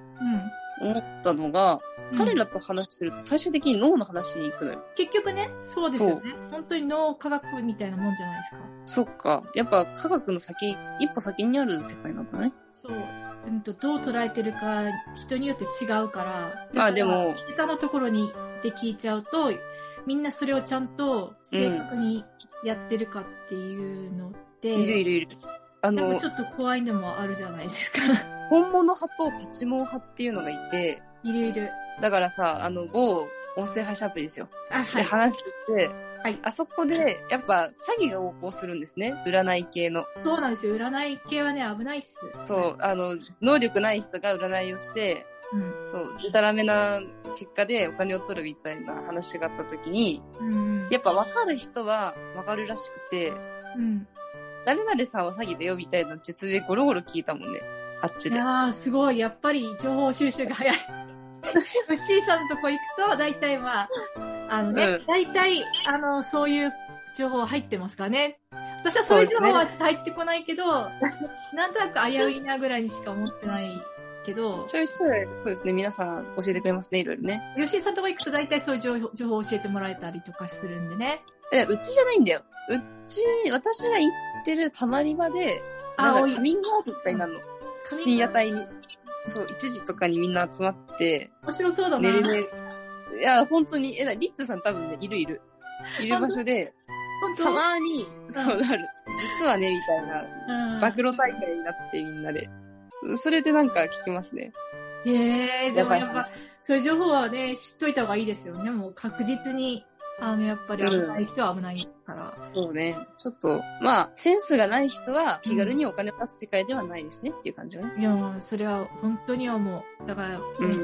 Speaker 1: う
Speaker 2: 思ったのが、彼らと話してると最終的に脳の話に行くのよ。
Speaker 1: 結局ね、そうですよね。本当に脳科学みたいなもんじゃないですか。
Speaker 2: そっか。やっぱ科学の先、一歩先にある世界なんだね。
Speaker 1: そう。うんと、どう捉えてるか、人によって違うから。
Speaker 2: まあでも
Speaker 1: 聞かなところにで聞いちゃうと、みんなそれをちゃんと正確にやってるかっていうのって、
Speaker 2: いるいるいる。あ
Speaker 1: なん
Speaker 2: の
Speaker 1: かち、ょっと怖いのもあるじゃないですか。
Speaker 2: 本物派とパチモン派っていうのがいて、
Speaker 1: いるいる。
Speaker 2: だからさ、あの、某音声配信アプリですよ。
Speaker 1: あ、はい
Speaker 2: で、。話してて、
Speaker 1: はい
Speaker 2: あそこで、やっぱ、詐欺が横行するんですね。占い系の。
Speaker 1: そうなんですよ。占い系はね、危ないっす。
Speaker 2: そう、あの、能力ない人が占いをして、
Speaker 1: うん。
Speaker 2: そう、でたらめな結果でお金を取るみたいな話があった時に、
Speaker 1: うん。
Speaker 2: やっぱ分かる人は分かるらしくて、
Speaker 1: うん。
Speaker 2: 誰々さんは詐欺だよみたいな術でゴロゴロ聞いたもんね。あっち
Speaker 1: い
Speaker 2: で。
Speaker 1: やー、すごい。やっぱり情報収集が 早い。C さんのとこ行くと、大体まあ、あのね、
Speaker 2: うん
Speaker 1: 大体、あの、そういう情報入ってますからね。私はそういう情報はちょっと入ってこないけど、なんとなく危ういなぐらいにしか思ってないけど、
Speaker 2: ちょいちょい、そうですね。皆さん教えてくれますね、いろいろね。
Speaker 1: 吉井さんのとこ行くと大体そういう情報情報を教えてもらえたりとかするんでね。
Speaker 2: え、うちじゃないんだよ。うち、私が行ってるたまり場で、
Speaker 1: あ、
Speaker 2: な
Speaker 1: お
Speaker 2: ん
Speaker 1: い
Speaker 2: かカミングアウトとかになるの。
Speaker 1: 神
Speaker 2: 深夜帯に。そう、1時とかにみんな集まって、
Speaker 1: 面白そうだ
Speaker 2: 寝
Speaker 1: な。
Speaker 2: れる。いや、本当に、え、なリッツさん多分ね、いるいる。いる場所で、
Speaker 1: 本当
Speaker 2: たまーに、そうなる。実はね、みたいな、
Speaker 1: うん
Speaker 2: 暴露大会になってみんなで。それでなんか聞きますね。
Speaker 1: へえでもやっ
Speaker 2: やば
Speaker 1: ぱ、そういう情報はね、知っといた方がいいですよね。もう確実に、あの、やっぱり危ない人は危ないから。
Speaker 2: そうね。ちょっと、まあ、センスがない人は気軽にお金を出す世界ではないですねっていう感じだね。
Speaker 1: いやもう、それは本当にはもう、だから、
Speaker 2: ん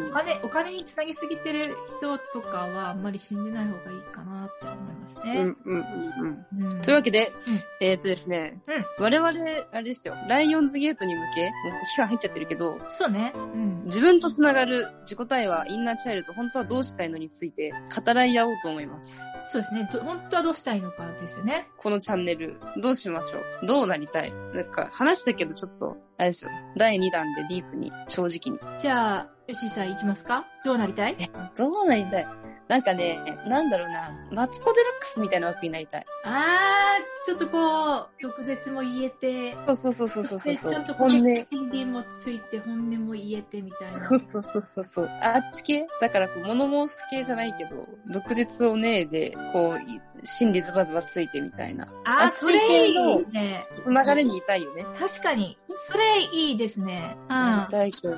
Speaker 1: お金、お金につなぎすぎてる人とかは、あんまり死んでない方がいいかなって思います
Speaker 2: う
Speaker 1: ね。、
Speaker 2: うん、うん。
Speaker 1: うん。
Speaker 2: というわけで、
Speaker 1: うん
Speaker 2: えーっとですね、
Speaker 1: うん
Speaker 2: 我々、あれですよ、ライオンズゲートに向け、もう期間入っちゃってるけど、
Speaker 1: そうね。うん。
Speaker 2: 自分とつながる自己対話、インナーチャイルド、本当はどうしたいのについて語らい合おうと思います。
Speaker 1: そうですね。ど本当はどうしたいのかですよね。
Speaker 2: このチャンネル、どうしましょうどうなりたいなんか、話したけどちょっと、あれですよ、第2弾でディープに、正直に。
Speaker 1: じゃあ、吉井さん行きますかどうなりたい
Speaker 2: どうなりたいなんかね、なんだろうな、マツコデラックスみたいな枠になりたい。
Speaker 1: あー、ちょっとこう、毒舌も言えて、
Speaker 2: そうそうそうそうそうそう。
Speaker 1: ちゃんと
Speaker 2: 本音。
Speaker 1: CD もついて、本音も言えてみたいな。
Speaker 2: そうそうそうそうそう。あっち系だからこう、物申す系じゃないけど、毒舌をねえで、こうい、真理ズバズバついてみたいな。
Speaker 1: あ
Speaker 2: あ
Speaker 1: ー、
Speaker 2: っち
Speaker 1: それい
Speaker 2: 系の
Speaker 1: いですね。
Speaker 2: つながりにいたいよね。
Speaker 1: 確かに。それいいですね。う
Speaker 2: なんり。たいけど。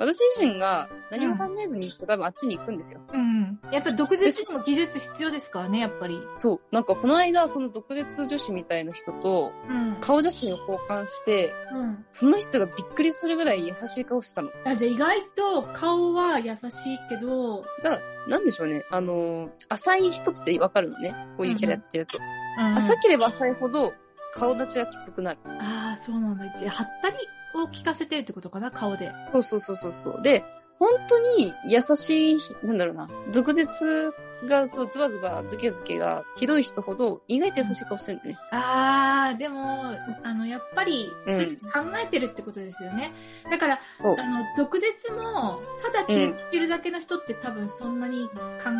Speaker 2: 私自身が何も考えずに行くと多分あっちに行くんですよ。
Speaker 1: うん。やっぱ毒舌にも技術必要ですからね、やっぱり。
Speaker 2: そう。なんかこの間、その毒舌女子みたいな人と
Speaker 1: うん。
Speaker 2: 顔写真を交換して、
Speaker 1: うん。
Speaker 2: その人がびっくりするぐらい優しい顔してたの。
Speaker 1: あ、じゃあ意外と顔は優しいけど、
Speaker 2: だから、なんでしょうね。あのー浅い人ってわかるのね。こういうキャラやってると。
Speaker 1: うん
Speaker 2: 浅ければ浅いほど、顔立ちがきつくなる。
Speaker 1: ああ、そうなんだ。じゃあ、はったりを聞かせてるってことかな、顔で。
Speaker 2: そうそうそうそうそう。で、本当に優しい、なんだろうな。俗舌が、そう、ズバズバ、ズケズケが、ひどい人ほど、意外と優しい顔してるのね。
Speaker 1: ああ、でも、あの、やっぱり、
Speaker 2: う
Speaker 1: そ
Speaker 2: ん
Speaker 1: ういうふうに考えてるってことですよね。だから、
Speaker 2: そう
Speaker 1: あの、毒舌も、ただ聞いてるだけの人って多分そんなに考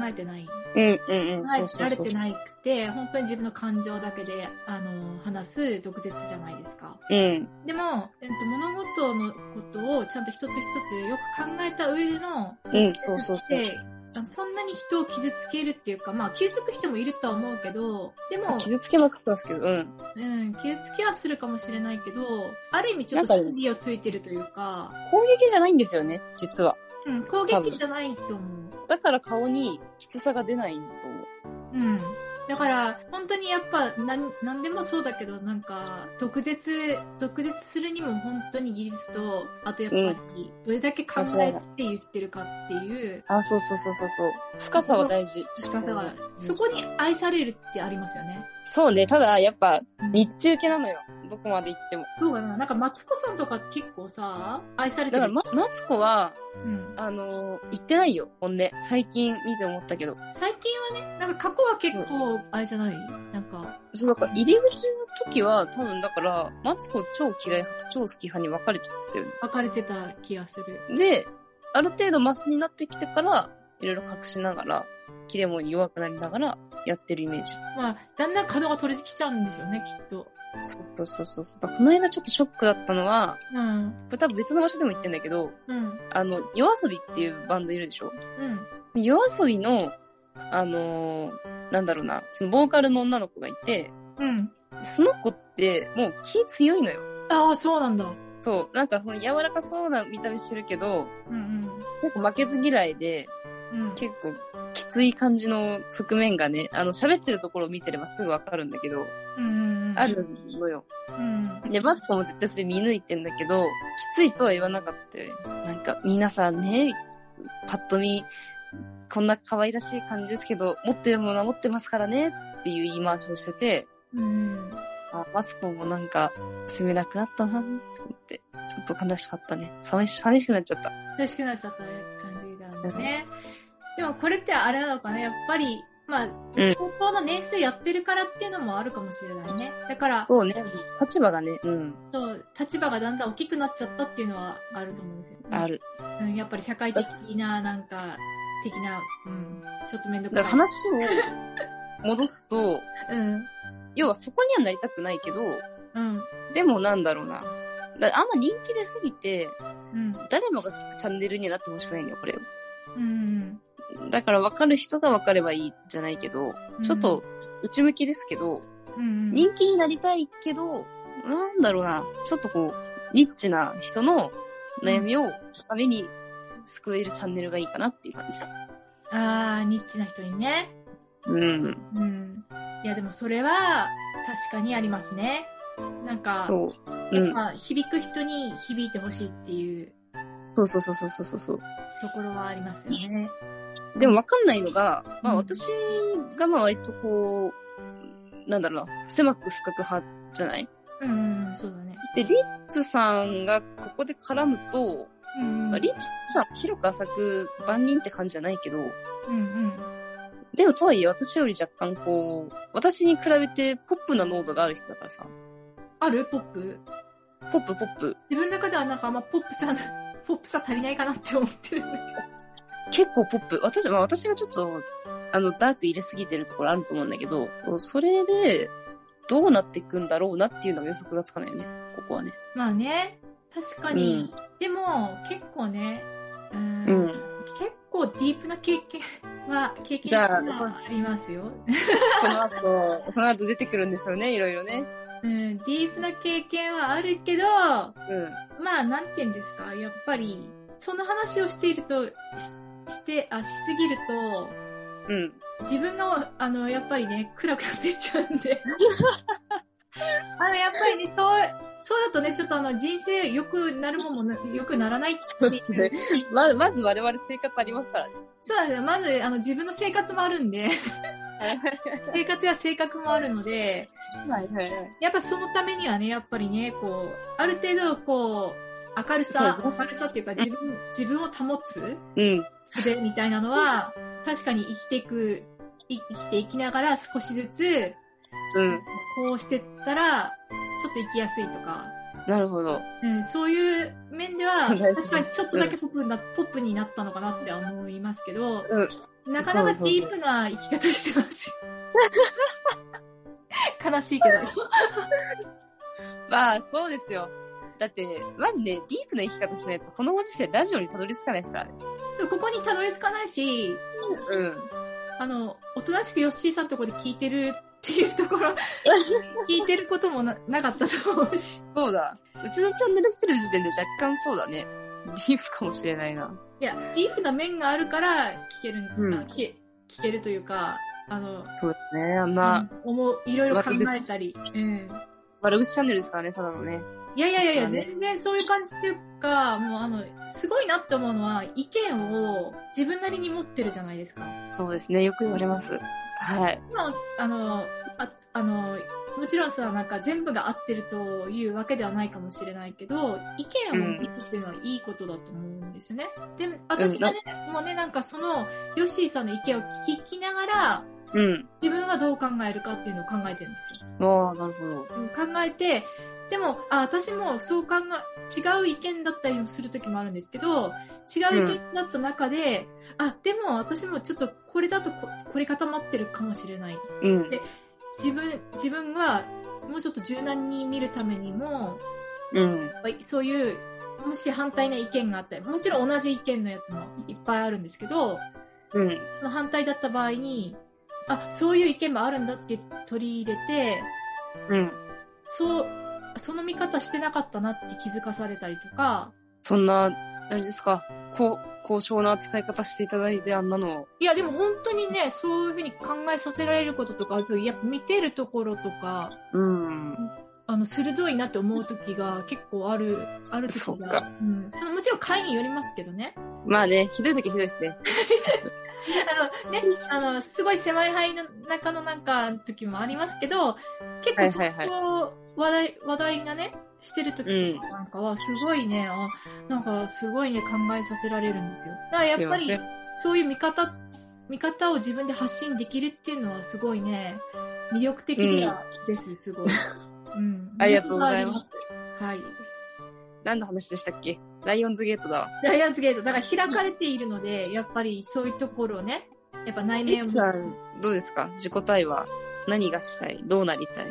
Speaker 1: えてない。
Speaker 2: うんうんうん。
Speaker 1: 考え
Speaker 2: そう
Speaker 1: て
Speaker 2: そう
Speaker 1: られ
Speaker 2: そう
Speaker 1: て。なくて、本当に自分の感情だけで、あの、話す毒舌じゃないですか。
Speaker 2: うん。
Speaker 1: でも、えっと、物事のことをちゃんと一つ一つよく考えた上での、
Speaker 2: うん、そうそうそう。
Speaker 1: であのそんなに人を傷つけるっていうか、まあ、傷つく人もいるとは思うけど、でも、
Speaker 2: 傷つけまくったんですけど、うん。
Speaker 1: うん、傷つけはするかもしれないけど、ある意味ちょっと
Speaker 2: なんかね
Speaker 1: 真理をついてるというか、
Speaker 2: 攻撃じゃないんですよね、実は。
Speaker 1: うん、攻撃じゃないと思う。
Speaker 2: だから顔にきつさが出ないんだと思う。
Speaker 1: うん。だから、本当にやっぱ、なん、なんでもそうだけど、なんか、毒舌、毒舌するにも本当に技術と、あとやっぱり、どれだけ考えて言ってるかっていう、
Speaker 2: あ、そうそうそうそうそう。深さは大事。
Speaker 1: だから、そこに愛されるってありますよね。
Speaker 2: そうね、ただやっぱ、日中系なのよ。どこまで行っても。
Speaker 1: そうだな。なんか、マツコさんとか結構さ、愛されて
Speaker 2: だ
Speaker 1: る。
Speaker 2: から、ま、マツコは、
Speaker 1: うん。
Speaker 2: あのー行ってないよ、本音。最近見て思ったけど。
Speaker 1: 最近はね、なんか過去は結構、あれじゃないなんか、
Speaker 2: そう、だから、入り口の時は、多分だから、マツコ超嫌い派と超好き派に分かれちゃってたよね。
Speaker 1: 別れてた気がする。
Speaker 2: で、ある程度マスになってきてから、いろいろ隠しながら、切れも弱くなりながらやってるイメージ。
Speaker 1: まあ、だんだん角が取れてきちゃうんですよね、きっと。
Speaker 2: そうそうそうそう。この間ちょっとショックだったのは、
Speaker 1: うん。
Speaker 2: これ多分別の場所でも言ってんだけど、
Speaker 1: うん。
Speaker 2: あの、夜遊びっていうバンドいるでしょ
Speaker 1: うん。
Speaker 2: 夜遊びの、あのー、なんだろうな、そのボーカルの女の子がいて、
Speaker 1: うん。
Speaker 2: その子ってもう気強いのよ。
Speaker 1: ああ、そうなんだ。
Speaker 2: そう。なんかその柔らかそうな見た目してるけど、
Speaker 1: うんうん。
Speaker 2: 結構負けず嫌いで、
Speaker 1: うん、
Speaker 2: 結構きつい感じの側面がね、あの喋ってるところを見てればすぐわかるんだけど、
Speaker 1: うんうんうん、
Speaker 2: あるのよ。
Speaker 1: うん、
Speaker 2: で、マツコも絶対それ見抜いてんだけど、きついとは言わなかったよ。なんか皆さんね、パッと見、こんな可愛らしい感じですけど、持ってるものは持ってますからねっていう言い回しをしてて、
Speaker 1: うん、
Speaker 2: あマツコもなんか、住めなくなったなって思って、ちょっと悲しかったね。寂し寂しくなっちゃった。
Speaker 1: 寂しくなっちゃった感じだね。でもこれってあれなのかな、やっぱり、まあ、相当の年数やってるからっていうのもあるかもしれないね。だから、
Speaker 2: そうね、立場がね、うん。
Speaker 1: そう、立場がだんだん大きくなっちゃったっていうのはあると思うんですよ、ね。
Speaker 2: ある。
Speaker 1: うん、やっぱり社会的な、なんか、的な、うん、ちょっとめんどく
Speaker 2: さい。話を戻すと、
Speaker 1: うん。
Speaker 2: 要はそこにはなりたくないけど、
Speaker 1: うん。
Speaker 2: でもなんだろうな。だあんま人気出すぎて、
Speaker 1: うん、
Speaker 2: 誰もが聞くチャンネルにはなってほしくないんだよ、これを。
Speaker 1: うん。
Speaker 2: だから分かる人が分かればいいじゃないけど、ちょっと内向きですけど、
Speaker 1: うん、
Speaker 2: 人気になりたいけど、なんだろうな、ちょっとこう、リッチな人の悩みをために救えるチャンネルがいいかなっていう感じ。
Speaker 1: あー、ニッチな人にね。
Speaker 2: うん。
Speaker 1: うん。いや、でもそれは確かにありますね。なんか、
Speaker 2: そう
Speaker 1: うん、やっぱ響く人に響いてほしいっていう。
Speaker 2: そうそうそうそうそうそう。
Speaker 1: ところはありますよね。
Speaker 2: でもわかんないのが、まあ私がまあ割とこう、なんだろうな、狭く深く派じゃない
Speaker 1: うん、そうだね。
Speaker 2: で、リッツさんがここで絡むと、
Speaker 1: うん、
Speaker 2: まあ、リッツさん広く浅く万人って感じじゃないけど、うん
Speaker 1: うん。
Speaker 2: でもとはいえ私より若干こう、私に比べてポップな濃度がある人だからさ。
Speaker 1: あるポップ
Speaker 2: ポップポップ。
Speaker 1: 自分の中ではなんかあんまポップさ、 ポップさ足りないかなって思ってるんだけど。
Speaker 2: 結構ポップ。私、まあ私がちょっと、あの、ダーク入れすぎてるところあると思うんだけど、それで、どうなっていくんだろうなっていうのが予測がつかないよね、ここはね。
Speaker 1: まあね、確かに。うん、でも、結構ね、うん,
Speaker 2: うん、結
Speaker 1: 構ディープな経験は、経験はありますよ。
Speaker 2: この後、この後出てくるんでしょうね、いろいろね。
Speaker 1: うん、ディープな経験はあるけど、うん、まあ、なんて言うんですか、やっぱり、その話をしていると、して、あ、しすぎると、
Speaker 2: うん。。
Speaker 1: 自分が、あの、やっぱりね、暗くなってっちゃうん で。あの、やっぱりね、そう、そうだとね、ちょっとあの、人生良くなるもんも良くならないっていう
Speaker 2: ね、ま、まず我々生活ありますからね。
Speaker 1: そうですね。まず、あの、自分の生活もあるんで。生活や性格もあるので、
Speaker 2: はいはいはい。
Speaker 1: やっぱそのためにはね、やっぱりね、こう、ある程度、こう、明るさ、明るさっていうか自分、自分を保つ、
Speaker 2: うん。
Speaker 1: 術みたいなのは、確かに生きていく、い生きていきながら少しずつ、
Speaker 2: うん。
Speaker 1: こうしてったら、ちょっと生きやすいとか。
Speaker 2: なるほど。
Speaker 1: うん、そういう面では、確かにちょっとだけポップな、うん、ポップになったのかなって思いますけど、
Speaker 2: うん。
Speaker 1: なかなかディープな生き方してますよ。 悲しいけど。
Speaker 2: まあ、そうですよ。だって、まずね、ディープな生き方しないと、このご時世ラジオにたどり着かないですからね。
Speaker 1: そう、ここにたどり着かないし、
Speaker 2: うん。
Speaker 1: あの、おとなしくヨッシーさんのところで聞いてるっていうとこ ろ、聞いてることもななかったと思うし。
Speaker 2: そうだ。うちのチャンネル来てる時点で若干そうだね。ディープかもしれないな。
Speaker 1: いや、ディープな面があるから聞ける、うん、聞聞けるというか、あの、
Speaker 2: そうですね、あんな、
Speaker 1: うん、思う、いろいろ考えたり、うん。
Speaker 2: 悪口チャンネルですからね、ただのね。
Speaker 1: いやいやいや、ね、全然そういう感じっていうか、もうあの、すごいなって思うのは、意見を自分なりに持ってるじゃないですか。
Speaker 2: そうですね、よく言われます。はい。
Speaker 1: 今、あの、ああの、もちろんさ、なんか全部が合ってるというわけではないかもしれないけど、意見を持つっていうのはいいことだと思うんですよね。うん、で、私がね、うん、もうね、なんかその、ヨッシーさんの意見を聞きながら、
Speaker 2: うん、
Speaker 1: 自分はどう考えるかっていうのを考えてるんです
Speaker 2: よ。ああ、なるほど。
Speaker 1: 考えて、でも、あ、私もそう考え、違う意見だったりもする時もあるんですけど、違う意見だった中で、あ、でも私もちょっとこれだとここれ固まってるかもしれない。
Speaker 2: うん
Speaker 1: で。自分、自分がもうちょっと柔軟に見るためにも、
Speaker 2: うん。
Speaker 1: やっぱりそういう、もし反対な意見があったり、もちろん同じ意見のやつもいっぱいあるんですけど、
Speaker 2: うん。
Speaker 1: その反対だった場合に、あ、そういう意見もあるんだって取り入れて、
Speaker 2: うん。
Speaker 1: そう、その見方してなかったなって気づかされたりとか、
Speaker 2: そんな、あれですか、こ高尚な扱い方していただいてあんなのを。
Speaker 1: いや、でも本当にね、そういうふうに考えさせられることとか、あとやっぱ見てるところとか、
Speaker 2: うん。
Speaker 1: あの、鋭いなって思う時が結構ある、ある時が。
Speaker 2: そうか
Speaker 1: うん。その、もちろん会によりますけどね。
Speaker 2: まあね、ひどい時はひどいですね。
Speaker 1: あの、ね、あの、すごい狭い範囲の中のなんか時もありますけど、結構ちゃん
Speaker 2: はい
Speaker 1: と話題、話題がね、してる時なんかは、すごいね、あ、なんかすごいね、考えさせられるんですよ。だからや
Speaker 2: すい
Speaker 1: っぱ
Speaker 2: ませ
Speaker 1: り
Speaker 2: ん、。
Speaker 1: そういう見方、見方を自分で発信できるっていうのはすごいね、魅力的ではです、す ごい。うん。
Speaker 2: ありがとうございます
Speaker 1: はい。
Speaker 2: 何の話でしたっけライオンズゲートだわ。
Speaker 1: ライアンズゲート、だから開かれているので、やっぱりそういうところをね、やっぱ内
Speaker 2: リ
Speaker 1: 面
Speaker 2: ッ
Speaker 1: を
Speaker 2: ツ。さん、どうですか自己対話。何がしたいどうなりたい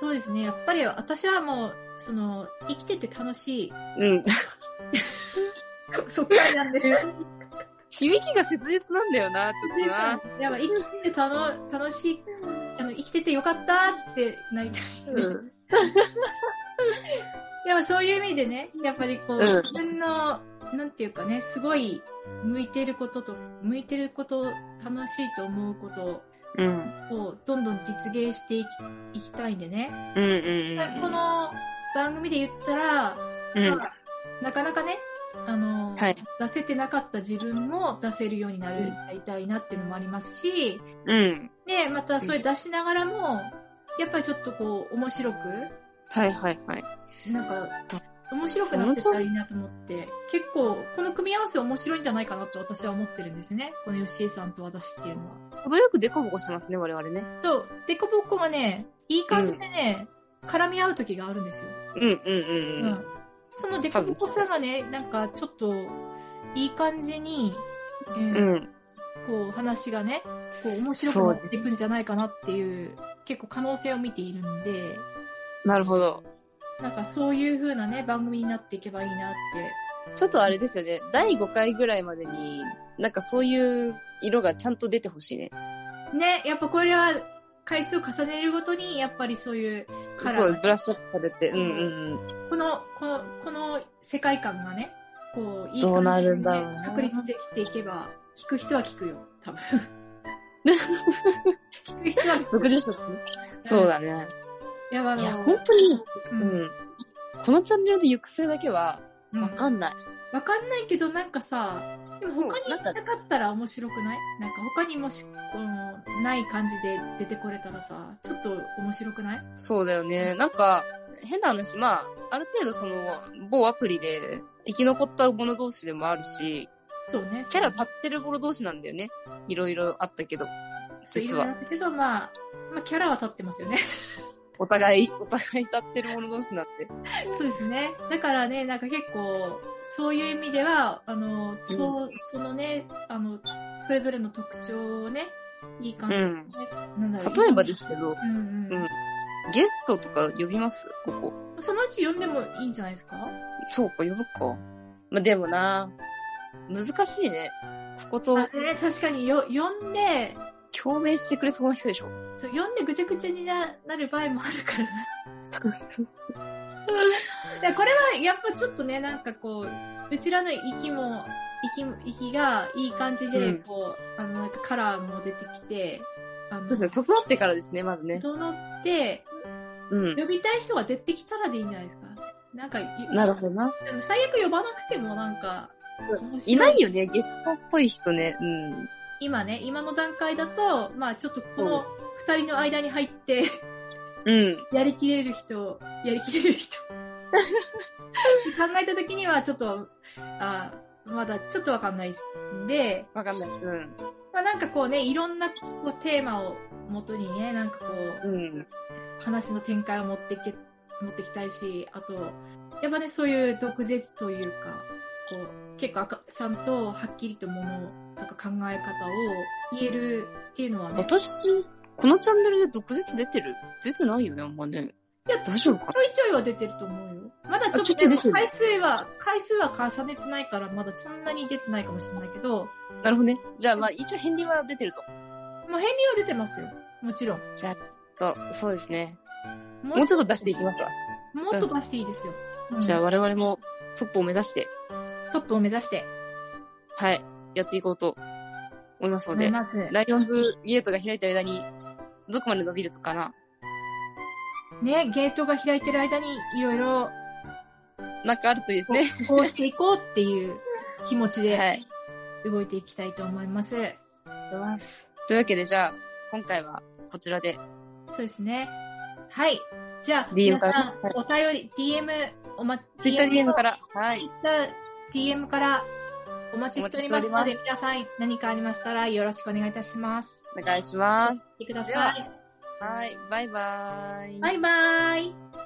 Speaker 1: そうですね。やっぱり私はもう、その、生きてて楽しい。
Speaker 2: うん。
Speaker 1: そっからなんで。
Speaker 2: 響きが切実なんだよな、ちょっとな。
Speaker 1: やっぱ生きてて楽楽しい。あの、生きててよかったってなりたい、ね。
Speaker 2: うん。
Speaker 1: やっぱそういう意味でね、やっぱりこう、
Speaker 2: うん
Speaker 1: 自分の、なんていうかね、すごい向いてることと、向いてること、楽しいと思うこと
Speaker 2: うん。
Speaker 1: をどんどん実現していきいきたいんでね。
Speaker 2: うん
Speaker 1: この番組で言ったら、
Speaker 2: うん。うん
Speaker 1: ま。あなかなかね、あの、
Speaker 2: はい
Speaker 1: 出せてなかった自分も出せるようになる、
Speaker 2: うん
Speaker 1: なりたいなっていうのもありますし、
Speaker 2: うん。
Speaker 1: で、またそれ出しながらも、やっぱりちょっとこう、面白く、
Speaker 2: はいはいはい。
Speaker 1: なんか、面白くなってたらいいなと思って、結構、この組み合わせ面白いんじゃないかなと私は思ってるんですね。この吉江さんと私っていうのは。
Speaker 2: 程よくデコボコしてますね、我々ね。
Speaker 1: そう、デコボコがね、いい感じでね、絡み合う時があるんですよ。
Speaker 2: うんうんうん。うん、
Speaker 1: そのデコボコさがね、なんかちょっと、いい感じに、えー
Speaker 2: うん。
Speaker 1: こう話がね、こう面白くなっていくんじゃないかなっていう、結構可能性を見ているんで、
Speaker 2: なるほど。
Speaker 1: なんかそういう風なね、番組になっていけばいいなって。
Speaker 2: ちょっとあれですよね。第5回ぐらいまでに、なんかそういう色がちゃんと出てほしいね。
Speaker 1: ね、やっぱこれは回数を重ねるごとに、やっぱりそういうカラ
Speaker 2: そう、
Speaker 1: ー
Speaker 2: ブラッシュアップされて。うんうんうん。
Speaker 1: この、この、この世界観がね、こう、いい
Speaker 2: どうな
Speaker 1: 感じ
Speaker 2: る
Speaker 1: に
Speaker 2: ん
Speaker 1: ね
Speaker 2: だろうな
Speaker 1: 確立できていけば、聞く人は聞くよ、多 分。聞く人は聞く。
Speaker 2: 独自色そうだね。
Speaker 1: やば
Speaker 2: い
Speaker 1: の
Speaker 2: や、本当に、
Speaker 1: う
Speaker 2: うんん。このチャンネルで行く末だけは、
Speaker 1: うん
Speaker 2: わかんない。
Speaker 1: わかんないけど、なんかさ、でも他に
Speaker 2: なんか
Speaker 1: なかったら面白くないなんか他にもし、この、ない感じで出てこれたらさ、ちょっと面白くない
Speaker 2: そうだよね。なんか、変な話、まあ、ある程度その、某アプリで、生き残った者同士でもあるし、
Speaker 1: そうね。
Speaker 2: キャラ
Speaker 1: さ
Speaker 2: 立ってる者同士なんだよね。いろいろあったけど、実は。
Speaker 1: けど、まあ、まあ、キャラは立って ますよね。
Speaker 2: お互い、お互い立ってる者同士なんて。
Speaker 1: そうですね。だからね、なんか結構、そういう意味では、あの、そう、そのね、あの、それぞれの特徴をね、いい感じ
Speaker 2: う
Speaker 1: で、
Speaker 2: ん。
Speaker 1: なんだろう。
Speaker 2: 例えばですけど、
Speaker 1: うんうん。
Speaker 2: うんゲストとか呼びますここ。
Speaker 1: そのうち読んでもいいんじゃないですか
Speaker 2: そうか、呼ぶか。まあ、でもな、難しいね。ここと
Speaker 1: あね、確かによ、読んで、
Speaker 2: 共鳴してくれそうな人でしょ。
Speaker 1: そう読んでぐちゃぐちゃにななる場合もあるからな。いやこれはやっぱちょっとね、なんかこう、うちらの息も、息も、息がいい感じで、
Speaker 2: うん
Speaker 1: こう、あの、なんかカラーも出てきて、あの、
Speaker 2: そうですね、整ってからですね、まずね。
Speaker 1: 整って、
Speaker 2: うん。
Speaker 1: 呼びたい人が出てきたらでいいんじゃないですか。なんか、い
Speaker 2: なるほどな。
Speaker 1: 最悪呼ばなくてもなんか、面白
Speaker 2: いないよね、ゲストっぽい人ね。うん。
Speaker 1: 今ね、今の段階だと、まあちょっとこの二人の間に入って、
Speaker 2: うん。
Speaker 1: やりきれる人、やりきれる人。考えた時にはちょっと、あまだちょっとわかんないんで、
Speaker 2: わかんない。うん。
Speaker 1: まあ、なんかこうね、いろんなこうテーマを元にね、なんかこう、
Speaker 2: うん。
Speaker 1: 話の展開を持っていけ持ってきたいし、あと、やっぱね、そういう毒舌というか、こう、結構あかちゃんとはっきりとものとか考え方を言えるっていうのはね、
Speaker 2: 私、このチャンネルで毒舌出てる出てないよね、あんまね。
Speaker 1: いや
Speaker 2: 大丈夫か
Speaker 1: ちょいちょいは出てると思うよ。まだちょっ
Speaker 2: あちょ
Speaker 1: と
Speaker 2: い
Speaker 1: で
Speaker 2: ちょい
Speaker 1: も
Speaker 2: 出て
Speaker 1: 回
Speaker 2: る
Speaker 1: 数は、回数は重ねてないから、まだそんなに出てないかもしれないけど、
Speaker 2: なるほどね。じゃあ、まあ、一応、片鱗は出てると。
Speaker 1: まあ、返利は出てますよ。もちろん。
Speaker 2: じゃあ、ちょっと、そうですね。
Speaker 1: も
Speaker 2: もうちょっと出していきますわ。
Speaker 1: もっと出していいですよ。うん
Speaker 2: じゃあ、我々もトップを目指して、
Speaker 1: トップを目指して、
Speaker 2: はい、やっていこうと思いますの
Speaker 1: 思
Speaker 2: で
Speaker 1: い、ます。
Speaker 2: ライオンズゲートが開いてる間に、どこまで伸びるとかな。
Speaker 1: ね、ゲートが開いてる間に、いろいろ、
Speaker 2: なんかあるといいですね。
Speaker 1: こうしていこうっていう気持ち
Speaker 2: は
Speaker 1: で
Speaker 2: い。
Speaker 1: 動いていきたいと思います。
Speaker 2: というわけで、じゃあ、今回はこちらで。
Speaker 1: そうですね。はい。じゃあ、
Speaker 2: DM
Speaker 1: 皆さん
Speaker 2: か、
Speaker 1: お便り、DM、おま、
Speaker 2: TwitterDM から。はい。
Speaker 1: DM からお待ちしておりますので、皆さん何かありましたらよろしくお願いいたします。
Speaker 2: お願いします。
Speaker 1: 来てくだ
Speaker 2: で
Speaker 1: さ。
Speaker 2: はいはい。バイバーイ。
Speaker 1: バイバイ。